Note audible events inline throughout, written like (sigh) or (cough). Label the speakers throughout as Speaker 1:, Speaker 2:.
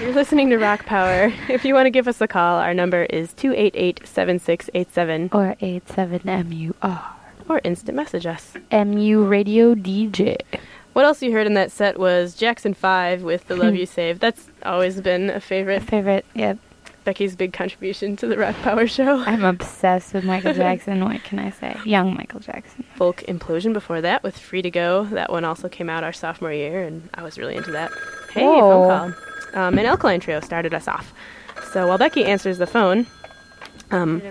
Speaker 1: listening to Rock Power. If you want to give us a call, our number is 288 7687
Speaker 2: Or 87MUR.
Speaker 1: or instant message us.
Speaker 2: MU Radio DJ.
Speaker 1: What else you heard in that set was Jackson 5 with
Speaker 2: (laughs)
Speaker 1: The Love You Save. That's always been a favorite.
Speaker 2: Favorite, yep.
Speaker 1: Becky's big contribution to the Rock Power show.
Speaker 2: I'm obsessed with Michael Jackson. What can I say? Young Michael Jackson.
Speaker 1: Folk Implosion before that with Free to Go. That one also came out our sophomore year, and I was really into that. Hey,
Speaker 2: Whoa.
Speaker 1: phone call. Um, an Alkaline Trio started us off. So while Becky answers the phone, um,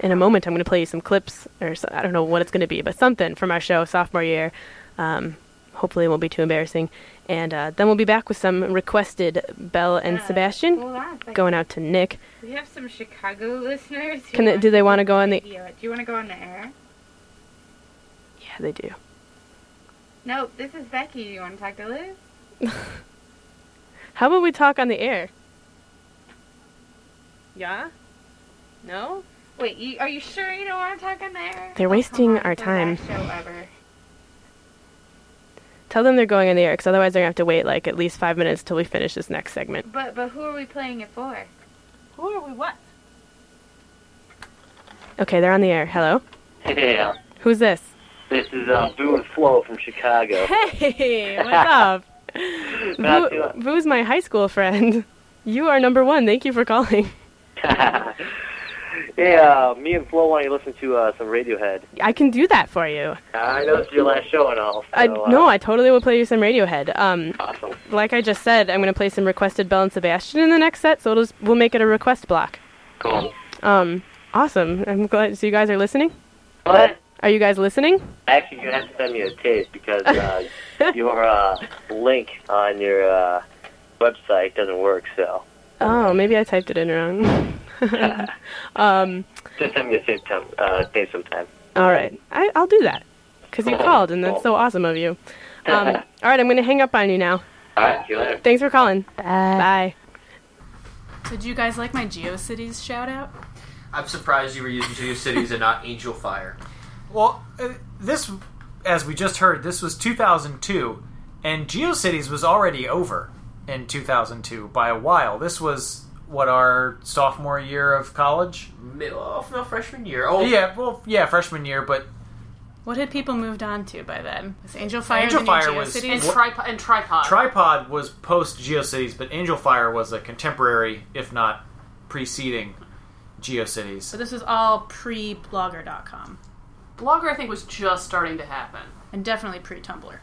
Speaker 1: in a moment I'm going to play you some clips, or so, I don't know what it's going to be, but something from our show sophomore year. Um, hopefully it won't be too embarrassing. And uh, then we'll be back with some requested Belle and Sebastian.
Speaker 3: Hold on. Like,
Speaker 1: Going out to Nick.
Speaker 3: we have some Chicago listeners. who
Speaker 1: Can they,
Speaker 3: want
Speaker 1: do they want to go on the?
Speaker 3: video it. Do you want to go on the air?
Speaker 1: Yeah, they do. (laughs)
Speaker 3: No, this is Becky. You want to talk to Liz?
Speaker 1: How about we talk on the air? Yeah? No?
Speaker 3: Wait, you, are you sure you don't want to talk on the air?
Speaker 1: They're
Speaker 3: Oh, come
Speaker 1: wasting
Speaker 3: on,
Speaker 1: our
Speaker 3: it's the last
Speaker 1: time.
Speaker 3: Show ever.
Speaker 1: Tell them they're going on the air because otherwise they're going to have to wait like at least five minutes till we finish this next segment.
Speaker 3: But but who are we playing it for?
Speaker 1: Who are we what? Okay, they're on the air. Hello?
Speaker 4: Yeah,
Speaker 1: Who's this?
Speaker 4: this is uh, Boo and Flo from Chicago.
Speaker 1: (laughs)
Speaker 4: (laughs)
Speaker 1: Hey, what's up?
Speaker 4: Not
Speaker 1: Boo, Boo's my high school friend. (laughs) You are number one. Thank you for calling.
Speaker 4: yeah, uh, me and Flo want you to listen to uh, some Radiohead.
Speaker 1: I can do that for you.
Speaker 4: I know it's your last show and all. So,
Speaker 1: I,
Speaker 4: uh,
Speaker 1: no, I totally will play you some Radiohead. Um,
Speaker 4: Awesome.
Speaker 1: like I just said, I'm going to play some requested Bell and Sebastian in the next set, so it'll just, we'll make it a request block.
Speaker 4: Cool.
Speaker 1: Um, awesome. I'm glad. So you guys are listening?
Speaker 4: But
Speaker 1: Are you guys listening?
Speaker 4: actually, you have to send me a tape
Speaker 1: (laughs)
Speaker 4: because uh, your uh, link on your uh, website doesn't work. So
Speaker 1: Oh, maybe I typed it in wrong. (laughs) um,
Speaker 4: just send me a tape, time, uh, tape sometime.
Speaker 1: all right. I, I'll do that because you called, and that's so awesome of you. Um, all right, I'm going to hang up on you now.
Speaker 4: All right, see you later.
Speaker 1: Thanks for calling.
Speaker 2: Bye.
Speaker 1: Bye. So, do you guys like my GeoCities shout out?
Speaker 5: I'm surprised you were using Two Cities and not Angel Fire.
Speaker 6: Well, uh, this, as we just heard, this was 2002, and GeoCities was already over in 2002 by a while. This was what our sophomore year of college.
Speaker 5: Middle of no freshman year. Oh
Speaker 6: Yeah, well, yeah, freshman year, but
Speaker 1: What had people moved on to by then? Was Angel Fire
Speaker 6: Angel
Speaker 1: the new
Speaker 6: Fire was-
Speaker 1: GeoCities?
Speaker 7: And,
Speaker 6: What-
Speaker 7: tripod, and tripod.
Speaker 6: Tripod was post GeoCities, but Angel Fire was a contemporary, if not preceding GeoCities.
Speaker 7: So
Speaker 1: this was all pre blogger.com
Speaker 7: Blogger, I think, was just starting to happen.
Speaker 1: and definitely pre Tumblr.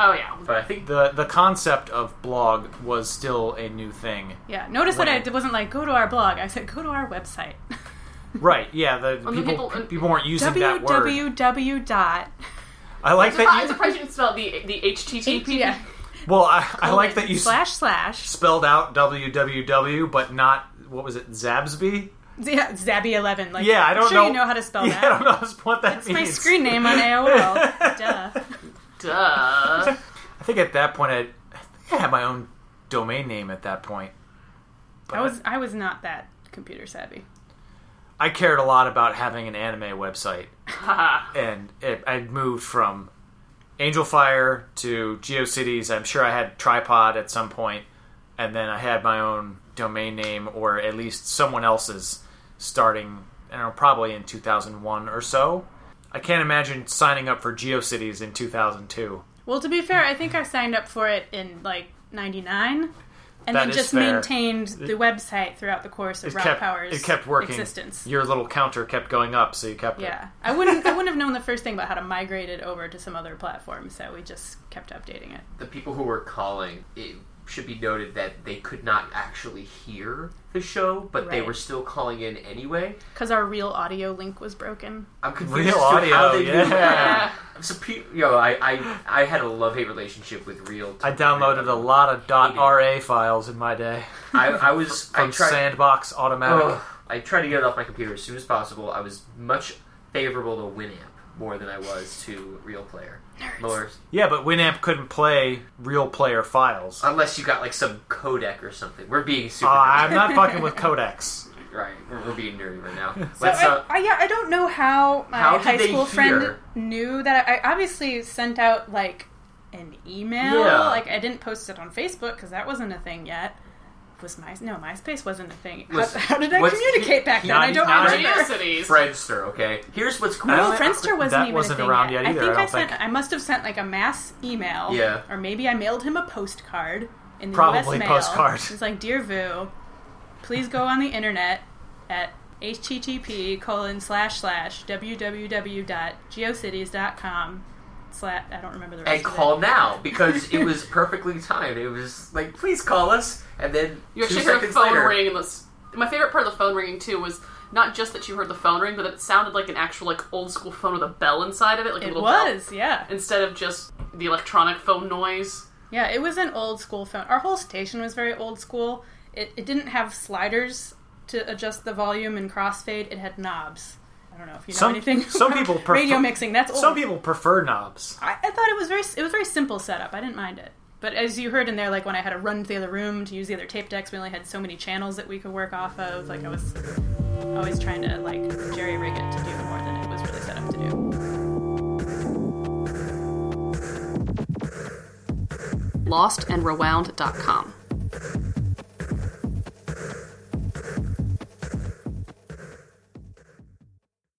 Speaker 7: Oh, yeah.
Speaker 5: But I think
Speaker 6: The the concept of blog was still a new thing.
Speaker 1: Yeah, notice
Speaker 6: that I
Speaker 1: it wasn't like go to our blog. I said go to our website.
Speaker 6: Right, yeah, the
Speaker 7: Well, the
Speaker 6: people
Speaker 7: people-
Speaker 6: people weren't using that word.
Speaker 1: www dot
Speaker 6: I like
Speaker 7: I'm
Speaker 6: that you
Speaker 7: surprised you didn't spell the, the HTTP.
Speaker 1: yeah.
Speaker 6: Well, I, I like that you s-
Speaker 1: slash slash
Speaker 6: spelled out www, but not what was it, Zabsby?
Speaker 1: yeah, Zabby eleven. Like
Speaker 6: Yeah, I don't
Speaker 1: I'm sure
Speaker 6: know.
Speaker 1: you know how to spell
Speaker 6: (laughs) yeah, I
Speaker 1: that.
Speaker 6: don't know what that
Speaker 1: It's
Speaker 6: means.
Speaker 1: my screen name on
Speaker 6: (laughs)
Speaker 1: AOL. Duh.
Speaker 7: (laughs) Duh.
Speaker 6: I think at that point I, I think I had my own domain name at that point. But
Speaker 1: I was I was not that computer savvy.
Speaker 6: I cared a lot about having an
Speaker 1: (laughs)
Speaker 6: anime website, and it, I moved from Angel Fire to GeoCities. I'm sure I had Tripod at some point, and then I had my own domain name, or at least someone else's, starting I don't know, probably in 2001 or so. I can't imagine signing up for GeoCities in 2002.
Speaker 1: Well, to be fair, I think I signed up for it in like '99, and
Speaker 6: That
Speaker 1: then
Speaker 6: is
Speaker 1: just
Speaker 6: fair.
Speaker 1: maintained the website throughout the course of
Speaker 6: It
Speaker 1: Rock
Speaker 6: kept
Speaker 1: Power's
Speaker 6: it kept working.
Speaker 1: existence.
Speaker 6: Your little counter kept going up, so you kept it.
Speaker 1: Yeah, I wouldn't I wouldn't have known the first thing about how to migrate it over to some other platform, so we just kept updating it.
Speaker 5: the people who were calling, it should be noted that they could not actually hear the show, but they
Speaker 1: Right.
Speaker 5: were still calling in anyway.
Speaker 1: Because our real audio link was broken.
Speaker 5: I'm confused
Speaker 6: Real
Speaker 5: as to how
Speaker 6: audio,
Speaker 5: they knew that.
Speaker 6: yeah.
Speaker 5: I'm supe- yo, I, I, I had a love hate relationship with real.
Speaker 6: I downloaded a lot of .ra files in my day
Speaker 5: I, I was I
Speaker 6: from
Speaker 5: tried.
Speaker 6: Sandbox Automatic.
Speaker 5: Ugh. I tried to get it off my computer as soon as possible. I was much favorable to Winamp more than I was to Real Player. Lower,
Speaker 6: Yeah, but Winamp couldn't play real player files. Uh,
Speaker 5: unless you got like some codec or something. We're being super
Speaker 7: Uh,
Speaker 6: I'm not fucking with codecs.
Speaker 5: nerdy. (laughs) right. We're, we're being nerdy
Speaker 7: (laughs)
Speaker 5: right now.
Speaker 1: So
Speaker 5: Let's uh,
Speaker 1: I, I, yeah, I don't know how my
Speaker 5: How did
Speaker 1: high
Speaker 5: they
Speaker 1: school friend
Speaker 5: hear?
Speaker 1: knew that. I, I obviously sent out like an email.
Speaker 5: Yeah.
Speaker 1: Like I didn't post it on Facebook because that wasn't a thing yet.
Speaker 8: was my no MySpace wasn't a thing. How,
Speaker 5: Was-
Speaker 8: how did I
Speaker 5: what's-
Speaker 8: communicate back then?
Speaker 5: not
Speaker 8: I don't
Speaker 5: even-
Speaker 8: remember.
Speaker 7: Geocities.
Speaker 5: Friendster, okay? Here's what's cool.
Speaker 8: No,
Speaker 6: don't-
Speaker 8: Friendster wasn't
Speaker 6: that
Speaker 8: even
Speaker 6: wasn't
Speaker 8: a thing
Speaker 6: around yet
Speaker 8: I
Speaker 6: either,
Speaker 8: think
Speaker 6: I
Speaker 8: I,
Speaker 6: don't
Speaker 8: sent.
Speaker 6: think.
Speaker 8: I must have sent like a mass email.
Speaker 5: Yeah.
Speaker 8: Or maybe I mailed him a postcard in the U.S.
Speaker 6: Probably
Speaker 8: mail.
Speaker 6: postcard.
Speaker 8: It's like, dear Vu, please go on the internet at http colon slash slash www.geocities.com slash I don't remember the rest.
Speaker 5: and
Speaker 8: of it.
Speaker 5: call now because
Speaker 1: (laughs)
Speaker 5: it was perfectly timed. It was like, please call us, and then
Speaker 7: You
Speaker 5: two
Speaker 7: actually heard a
Speaker 5: seconds
Speaker 7: phone
Speaker 5: later,
Speaker 7: ring, and this, my favorite part of the phone ringing too was not just that you heard the phone ring, but that it sounded like an actual like old school phone with a bell inside of it, like a
Speaker 8: It
Speaker 7: little
Speaker 8: was, yeah,
Speaker 7: bell, instead of just the electronic phone noise.
Speaker 8: yeah. It was an old school phone. Our whole station was very old school. It, it didn't have sliders to adjust the volume and crossfade. It had knobs. I don't know if you know
Speaker 6: Some-
Speaker 8: anything.
Speaker 6: some
Speaker 8: about
Speaker 6: people
Speaker 8: (laughs) radio
Speaker 6: prefer-
Speaker 8: mixing. That's old.
Speaker 6: Some people prefer knobs.
Speaker 8: I, I thought it was very it was very simple setup. I didn't mind it. But as you heard in there, like when I had to run to the other room to use the other tape decks, we only had so many channels that we could work off of. Like I was always trying to like jerry rig it to do more than it was really set up to do.
Speaker 7: Lostandrewound.com.